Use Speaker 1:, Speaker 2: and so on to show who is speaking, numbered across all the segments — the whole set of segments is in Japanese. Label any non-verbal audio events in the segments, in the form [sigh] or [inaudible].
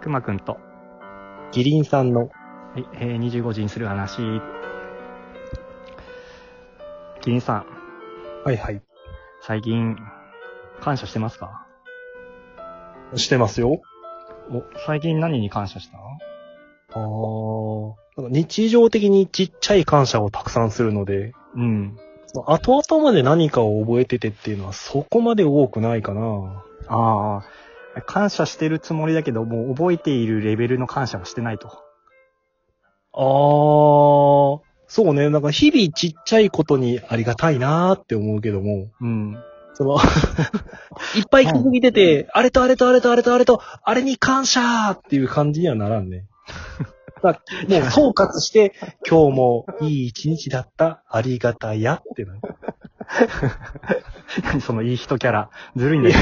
Speaker 1: くまくんと、は
Speaker 2: キリンさんの、
Speaker 1: い、えー25時にする話。キリンさん、
Speaker 2: はいはい。
Speaker 1: 最近、感謝してますか
Speaker 2: してますよ。
Speaker 1: お、最近何に感謝した
Speaker 2: あーなんか日常的にちっちゃい感謝をたくさんするので、
Speaker 1: うん。
Speaker 2: その後々まで何かを覚えててっていうのはそこまで多くないかな。
Speaker 1: ああ、感謝してるつもりだけど、もう覚えているレベルの感謝はしてないと。
Speaker 2: あー、そうね。なんか日々ちっちゃいことにありがたいなーって思うけども、
Speaker 1: うん。 [laughs]
Speaker 2: そ [laughs] の、いっぱい気づいてて、あれとあれとあれとあれとあれと、あれに感謝ーっていう感じにはならん [laughs] ね。だからもう総括して、今日もいい一日だった、ありがたやってなる。
Speaker 1: 何そのいい人キャラ。ずるいんだよ。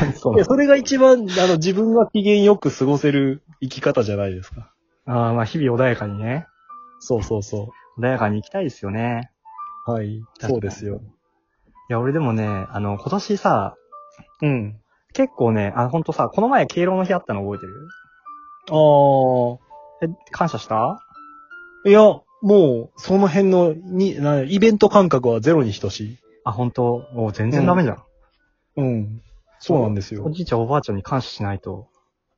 Speaker 1: 何そ
Speaker 2: い
Speaker 1: の
Speaker 2: や、それが一番、あの、自分が機嫌よく過ごせる生き方じゃないですか。
Speaker 1: [laughs] ああ、まあ日々穏やかにね。
Speaker 2: そうそうそ
Speaker 1: 穏やかに行きたいですよね。
Speaker 2: う。はい。
Speaker 1: 確かに
Speaker 2: そうですよ。
Speaker 1: いや、俺でもね、あの、今年さ、
Speaker 2: うん。
Speaker 1: 結構ね、あ、ほんとさ、この前敬老の日あったの覚えてる
Speaker 2: あー。
Speaker 1: え、感謝した
Speaker 2: いや、もう、その辺の、に、な、イベント感覚はゼロに等しい。
Speaker 1: あ、ほんと、もう全然ダメじゃん。
Speaker 2: うん。そうなんです
Speaker 1: お
Speaker 2: よ。
Speaker 1: じいちゃんおばあちゃんに感謝しないと。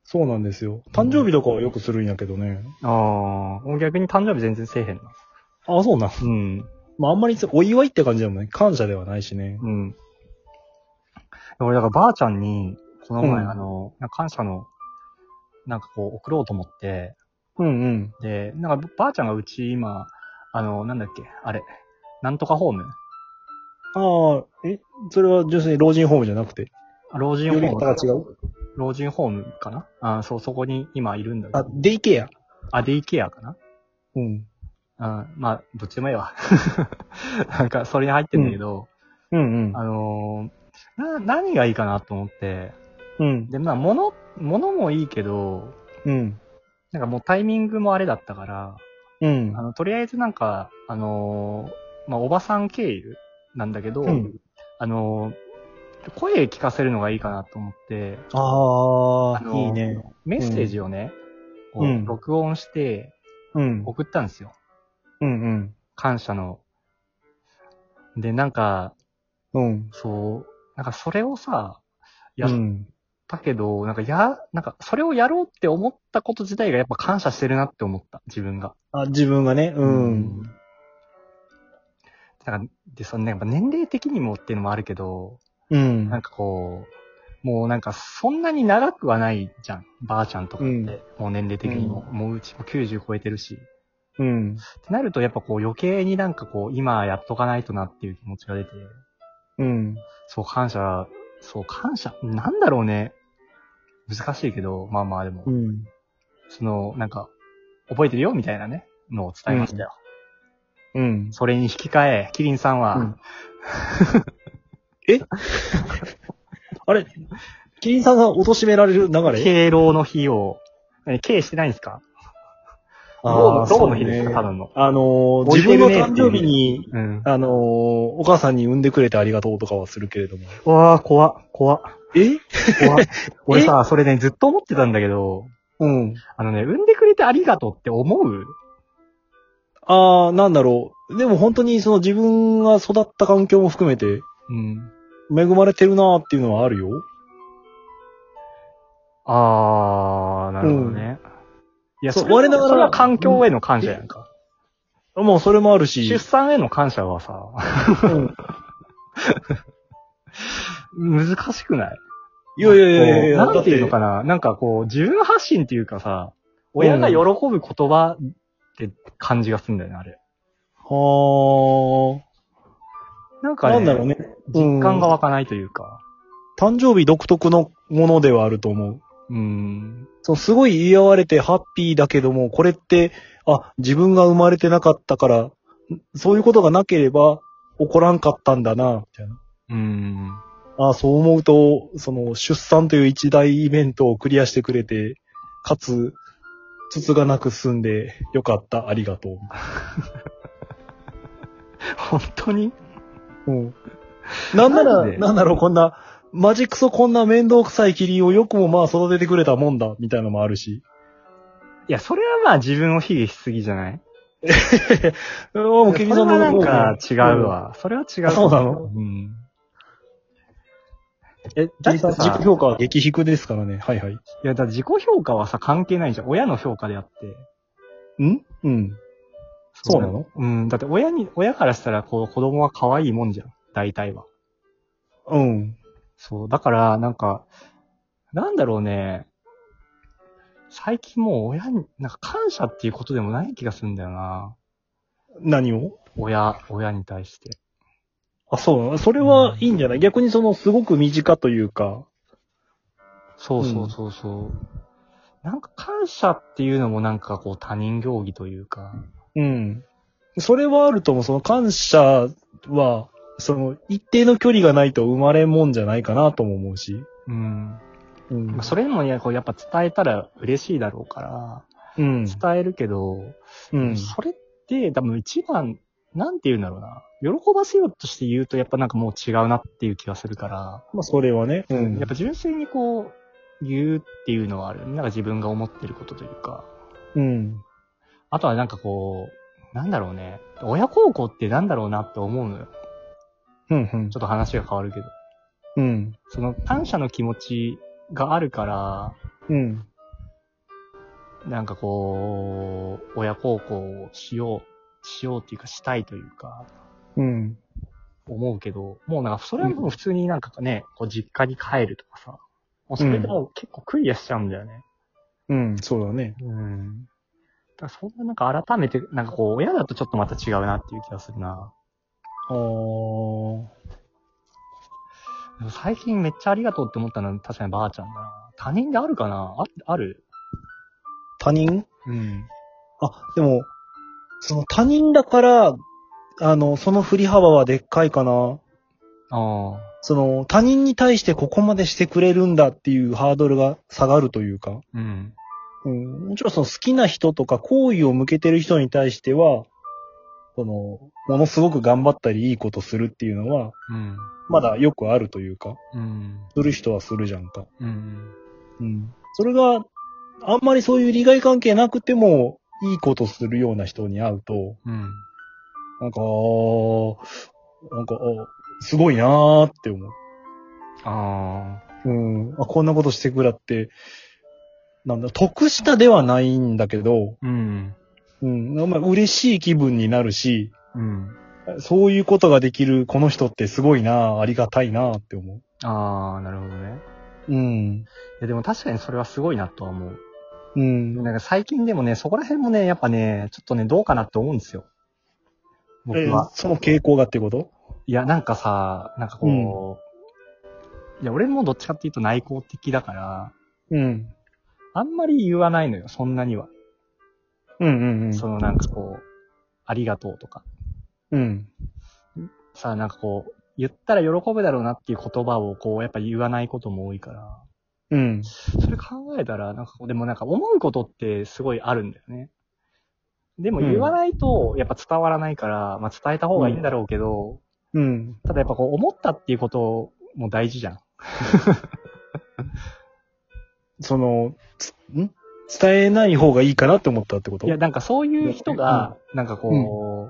Speaker 2: そうなんですよ。誕生日とかはよくするんやけどね。
Speaker 1: ああ、俺逆に誕生日全然せえへんの。
Speaker 2: あ、そうなん。
Speaker 1: うん。
Speaker 2: まあ、あんまりそうお祝いって感じでもね、感謝ではないしね。
Speaker 1: うん。俺、だからばあちゃんに、この前、
Speaker 2: うん
Speaker 1: あの、なんか感謝の、なんかこう、送ろうと思って、
Speaker 2: うんうん。
Speaker 1: で、なんかばあちゃんがうち今、あの、なんだっけ、あれ、なんとかホーム
Speaker 2: ああ、え、それは純粋に老人ホームじゃなくて。
Speaker 1: あ老人ホ
Speaker 2: より
Speaker 1: ー
Speaker 2: 方
Speaker 1: ム。
Speaker 2: が違う
Speaker 1: 老人ホームかなあそう、そこに今いるんだけ
Speaker 2: あ
Speaker 1: ど。、
Speaker 2: デイケア。
Speaker 1: あ、デイケアかな
Speaker 2: うん。
Speaker 1: うん、まあ、どっちでもいいわ。 [laughs] なんか、それに入ってんだけど、
Speaker 2: うんうん。
Speaker 1: あのーな、何がいいかなと思って、
Speaker 2: うん。
Speaker 1: で、まあ、物、物もいいけど、
Speaker 2: うん。
Speaker 1: なんかもうタイミングもあれだったから、
Speaker 2: うん
Speaker 1: あ。の、とりあえずなんか、あのーまあ、おばさん経由なんだけど、
Speaker 2: うん
Speaker 1: あのー声聞かせるのがいいかなと思って、
Speaker 2: あ
Speaker 1: あ
Speaker 2: あ、
Speaker 1: のー
Speaker 2: いいね。
Speaker 1: メッセージをね、こう
Speaker 2: うん
Speaker 1: 録音して
Speaker 2: うん。
Speaker 1: 送ったんですよ。
Speaker 2: うん
Speaker 1: 感謝の。で、なんか、
Speaker 2: うん。うん。
Speaker 1: そう、なんかそれをさ、や
Speaker 2: う
Speaker 1: っ
Speaker 2: ん。
Speaker 1: たけど、なんかや、なんかそれをやろうって思ったこと自体がやっぱ感謝してるなって思った、自分が。
Speaker 2: あ、自分がね、うん。
Speaker 1: なんか、で、そのね、やっぱ年齢的にもっていうのもあるけど、
Speaker 2: うん。
Speaker 1: なんかこう、もうなんかそんなに長くはないじゃん。ばあちゃんとかって、
Speaker 2: うん
Speaker 1: もう年齢的にも、もううちも90超えてるし。っ
Speaker 2: うん。
Speaker 1: てなるとやっぱこう余計になんかこう今やっとかないとなっていう気持ちが出て、
Speaker 2: うん。
Speaker 1: そう感謝、そう感謝、なんだろうね。難しいけど、まあまあでも、
Speaker 2: うん。
Speaker 1: そのなんか、覚えてるよみたいなね、のを伝えましたよ。
Speaker 2: うん。
Speaker 1: それに引き換え、キリンさんは、
Speaker 2: うんえ [laughs] あれキリンさんが貶められる流れ
Speaker 1: 敬老の日を、何敬してないんですか
Speaker 2: あ
Speaker 1: ど
Speaker 2: あ
Speaker 1: うどう
Speaker 2: そう
Speaker 1: の
Speaker 2: ね
Speaker 1: 日ですか、ただの。
Speaker 2: あのー
Speaker 1: 置い
Speaker 2: 自
Speaker 1: て
Speaker 2: 分
Speaker 1: る
Speaker 2: の
Speaker 1: ね
Speaker 2: 誕生日に、
Speaker 1: うん。
Speaker 2: あのーお母さんに産んでくれてありがとうとかはするけれども。
Speaker 1: わあ、怖っ、怖っ、
Speaker 2: え
Speaker 1: 怖っ。 [laughs] 俺さ、それね、ずっと思ってたんだけど、
Speaker 2: うん。
Speaker 1: あのね、産んでくれてありがとうって思う
Speaker 2: ああ、なんだろう。でも本当にその自分が育った環境も含めて、
Speaker 1: うん。
Speaker 2: 恵まれてるなーっていうのはあるよ。
Speaker 1: あー、なるほどね。いや、
Speaker 2: そう
Speaker 1: それは
Speaker 2: 我ながら
Speaker 1: それは環境への感謝やんか。
Speaker 2: もうそれもあるし。
Speaker 1: 出産への感謝はさ、
Speaker 2: うん
Speaker 1: 難しくない
Speaker 2: いやいやいやいや、
Speaker 1: こうなんていうのかななんかこう、自分発信っていうかさ、親が喜ぶ言葉って感じがするんだよね、あれ。
Speaker 2: は
Speaker 1: なんか
Speaker 2: あ、
Speaker 1: ね、
Speaker 2: なんだろうね。
Speaker 1: 実感が
Speaker 2: うん
Speaker 1: 湧かないというか。
Speaker 2: 誕生日独特のものではあると思う。
Speaker 1: うん。
Speaker 2: そう、すごい祝われてハッピーだけども、これって、あ、自分が生まれてなかったから、んそういうことがなければ起こらんかったんだな、みたいな。
Speaker 1: うん。
Speaker 2: あそう思うと、その、出産という一大イベントをクリアしてくれて、かつ、つつがなく済んで、よかった、ありがと
Speaker 1: 本当に
Speaker 2: う。うん。なんな
Speaker 1: マジ
Speaker 2: ら、
Speaker 1: で
Speaker 2: なんだろう、こんな、マジクソこんな面倒くさいキリンをよくもまあ育ててくれたもんだ、みたいなのもあるし。
Speaker 1: いや、それはまあ自分を卑下しすぎじゃない
Speaker 2: うんもう
Speaker 1: そ
Speaker 2: ケ
Speaker 1: れ
Speaker 2: ビンさ
Speaker 1: は
Speaker 2: んの
Speaker 1: なんか違う。わ。それは違う。
Speaker 2: あそうなの
Speaker 1: うん。え、
Speaker 2: ケ
Speaker 1: だっ
Speaker 2: ビ
Speaker 1: て
Speaker 2: ンさん
Speaker 1: さ、
Speaker 2: 自己評価は激低ですからね。はいはい。
Speaker 1: いや、だって自己評価はさ、関係ないじゃん。親の評価であって。
Speaker 2: んうん。そうなの
Speaker 1: うん。だって親に、親からしたら、こう、子供は可愛いもんじゃん。大体は。
Speaker 2: うん。
Speaker 1: そう。だから、なんか、なんだろうね。最近もう親に、なんか感謝っていうことでもない気がするんだよな。
Speaker 2: 何を
Speaker 1: 親、親に対して。
Speaker 2: あ、そうなのそれはいいんじゃない逆にその、すごく身近というか。
Speaker 1: そうそうそうそう。なんか感謝っていうのもなんかこう他人行儀というか。
Speaker 2: うん。それはあるとも、その感謝は、その、一定の距離がないと生まれんもんじゃないかなとも思うし。
Speaker 1: うん。
Speaker 2: うん
Speaker 1: まあそれもね、こうやっぱ伝えたら嬉しいだろうから、
Speaker 2: うん。
Speaker 1: 伝えるけど、
Speaker 2: うん。
Speaker 1: それって多分一番、なんて言うんだろうな。喜ばせようとして言うとやっぱなんかもう違うなっていう気がするから、
Speaker 2: まあ、それはね。うん
Speaker 1: やっぱ純粋にこう、言うっていうのはある。なんか自分が思ってることというか。
Speaker 2: うん。
Speaker 1: あとはなんかこう、なんだろうね。親孝行ってなんだろうなって思うのよ。
Speaker 2: うん。うん
Speaker 1: ちょっと話が変わるけど。
Speaker 2: うん。
Speaker 1: その感謝の気持ちがあるから、
Speaker 2: うん。
Speaker 1: なんかこう、親孝行をしよう、しようっていうかしたいというか、
Speaker 2: うん。
Speaker 1: 思うけど、もうなんかそれはもう普通になんかね、こう実家に帰るとかさ、もうそれでもう結構クリアしちゃうんだよね。
Speaker 2: うん。そうだね。
Speaker 1: うん。だからそんななんか改めて、なんかこう、親だとちょっとまた違うなっていう気がするな。
Speaker 2: あー。
Speaker 1: でも最近めっちゃありがとうって思ったのは確かにばあちゃんだな。他人であるかなあ、ある
Speaker 2: 他人
Speaker 1: うん。
Speaker 2: あ、でも、その他人だから、あの、その振り幅はでっかいかな。
Speaker 1: ああ。
Speaker 2: その、他人に対してここまでしてくれるんだっていうハードルが下がるというか。
Speaker 1: うん。
Speaker 2: うん、もちろんその好きな人とか好意を向けてる人に対しては、その、ものすごく頑張ったりいいことするっていうのは、
Speaker 1: うん。
Speaker 2: まだよくあるというか、
Speaker 1: うん。
Speaker 2: する人はするじゃんか。
Speaker 1: うん。
Speaker 2: うん。それがあんまりそういう利害関係なくても、いいことするような人に会うと、
Speaker 1: うん。
Speaker 2: なんか、あーなんか、あすごいなーって思う。
Speaker 1: あ
Speaker 2: うん。あ、こんなことしてくらって、なんだ、得したではないんだけど、
Speaker 1: あ。うん。
Speaker 2: うん、まあ、嬉しい気分になるし、
Speaker 1: うん。
Speaker 2: そういうことができるこの人ってすごいなありがたいなって思
Speaker 1: ああ、なるほどね。
Speaker 2: う。うん。
Speaker 1: いやでも確かにそれはすごいなとは思う。
Speaker 2: うん。
Speaker 1: なんか最近でもね、そこら辺もね、やっぱね、ちょっとね、どうかなって思うんですよ。僕
Speaker 2: え
Speaker 1: は。
Speaker 2: その傾向がってこと
Speaker 1: いや、なんかさ、なんかこう、いや、俺もどっちかっていうと内向的だから、
Speaker 2: うん。
Speaker 1: あんまり言わないのよ、そんなには。
Speaker 2: うんうんうん。
Speaker 1: そのなんかこう、ありがとうとか。
Speaker 2: うん。
Speaker 1: さ、なんかこう、言ったら喜ぶだろうなっていう言葉をこう、やっぱ言わないことも多いから。
Speaker 2: うん。
Speaker 1: それ考えたら、なんかこう、でもなんか思うことってすごいあるんだよね。でも
Speaker 2: うん
Speaker 1: 言わないと、やっぱ伝わらないから、まあ伝えた方がいいんだろうけど、
Speaker 2: うん。
Speaker 1: ただやっぱこう、思ったっていうことも大事じゃん。
Speaker 2: その、つん伝えない方がいいかなって思ったってこと
Speaker 1: いや、なんかそういう人が、なんかこう、なん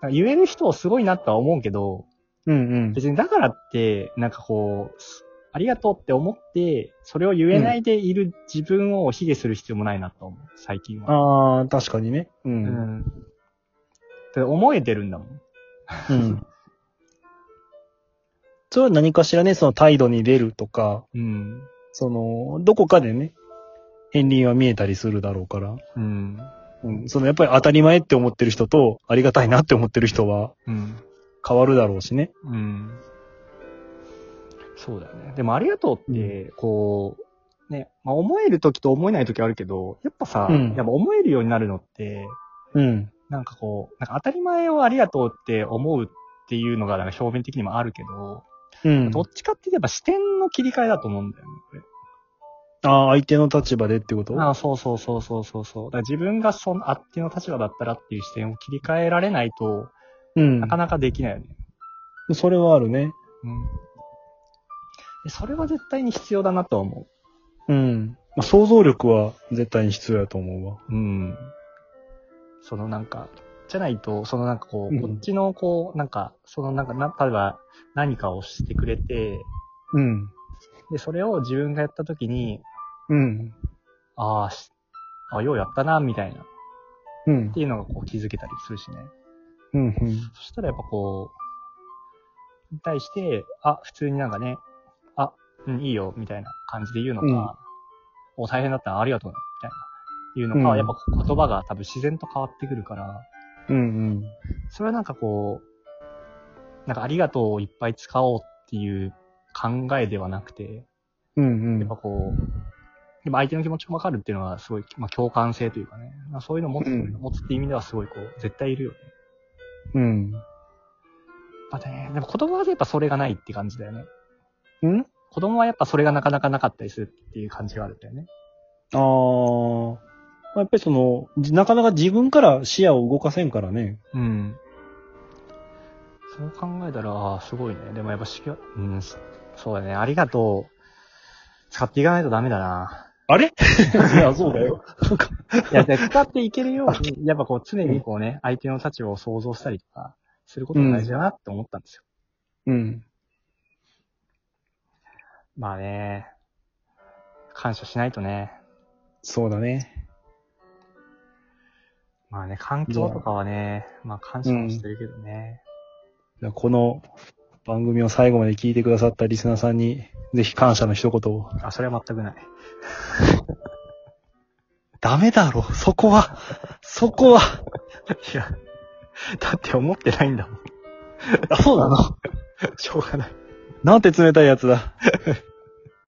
Speaker 1: か言える人すごいなとは思うけど、
Speaker 2: うんうん。
Speaker 1: 別にだからって、なんかこう、すありがとうって思って、それを言えないでいる自分を卑下する必要もないなと思う、最近は。
Speaker 2: ああ、確かにね。う。
Speaker 1: うんん。って思えてるんだもん。
Speaker 2: うん。それは何かしらね、その態度に出るとか、
Speaker 1: うん。
Speaker 2: その、どこかでね、片鱗は見えたりするだろうから。
Speaker 1: うん。
Speaker 2: うん、そのやっぱり当たり前って思ってる人と、ありがたいなって思ってる人は
Speaker 1: うん。
Speaker 2: 変わるだろうしね。
Speaker 1: うん。そうだよね。でも、ありがとうって、こう、ね、まあ、思える時と思えない時あるけど、やっぱさ、
Speaker 2: うん
Speaker 1: やっぱ思えるようになるのって、
Speaker 2: うん。
Speaker 1: なんかこう、なんか当たり前をありがとうって思うっていうのが、なんか表面的にもあるけど、
Speaker 2: うん。
Speaker 1: どっちかって言えば視点の切り替えだと思うんだよね、これ。
Speaker 2: ああ、相手の立場でってこと
Speaker 1: ああ、そうそうそうそうそうそう。だから自分がそのあっちの立場だったらっていう視点を切り替えられないと、
Speaker 2: うん
Speaker 1: な。かなかできないよね。
Speaker 2: それはあるね。
Speaker 1: うん。でそれは絶対に必要だなとは思
Speaker 2: うん。まあ、想像力は絶対に必要やと思うわ。
Speaker 1: う。うん。そのなんか、じゃないと、そのなんかこう、
Speaker 2: うん
Speaker 1: こっちのこう、なんか、そのなんか、な、例えば何かをしてくれて、
Speaker 2: うん。
Speaker 1: で、それを自分がやった時に、
Speaker 2: うん。
Speaker 1: ああ、しあ、ようやったな、みたいな、っ
Speaker 2: うん。
Speaker 1: ていうのがこう気づけたりするしね。
Speaker 2: うん。うん。
Speaker 1: そしたらやっぱこう、に対して、あ、普通になんかね、あ、うん、いいよ、みたいな感じで言うのか、お、大変だったな、ありがとう、みたいな、言うのか、
Speaker 2: うん
Speaker 1: やっぱ言葉が多分自然と変わってくるから、
Speaker 2: うん。
Speaker 1: それはなんかこう、なんかありがとうをいっぱい使おうっていう考えではなくて、
Speaker 2: うん。う
Speaker 1: やっ
Speaker 2: ん
Speaker 1: ぱ。こう、やっぱ相手の気持ちもわかるっていうのはすごい、まあ共感性というかね、まあ、そういうのを持つ、
Speaker 2: うん
Speaker 1: 持つっていう意味ではすごいこう、絶対いるよね。
Speaker 2: うん。
Speaker 1: まあね、でも子供はやっぱそれがないって感じだよね。
Speaker 2: うん
Speaker 1: 子供はやっぱそれがなかなかなかったりするっていう感じがあるんだよね。
Speaker 2: あー。まあやっぱりその、じなかなか自分から視野を動かせんからね。
Speaker 1: うん。そう考えたら、あーすごいね。でもやっぱしき、うん、そそうだね。ありがとう。使っていかないとダメだな。
Speaker 2: あれいや、そうだよ。そうか。
Speaker 1: [laughs] いや、で使っていけるように、やっぱこう常にこうね、相手の立場を想像したりとか、することが大事だなって思ったんですよ。
Speaker 2: うん。
Speaker 1: まあね、感謝しないとね。
Speaker 2: そうだね。
Speaker 1: まあね、環境とかはね、まあ感謝もしてるけどね。
Speaker 2: じゃあこの番組を最後まで聞いてくださったリスナーさんに、ぜひ感謝の一言を。
Speaker 1: あ、それは全くない。
Speaker 2: ダメだろ、そこは。そこは。
Speaker 1: いや、だって思ってないんだもん。
Speaker 2: [laughs] [laughs] あ、そうなの
Speaker 1: しょうがない。
Speaker 2: なんて冷たいやつだ。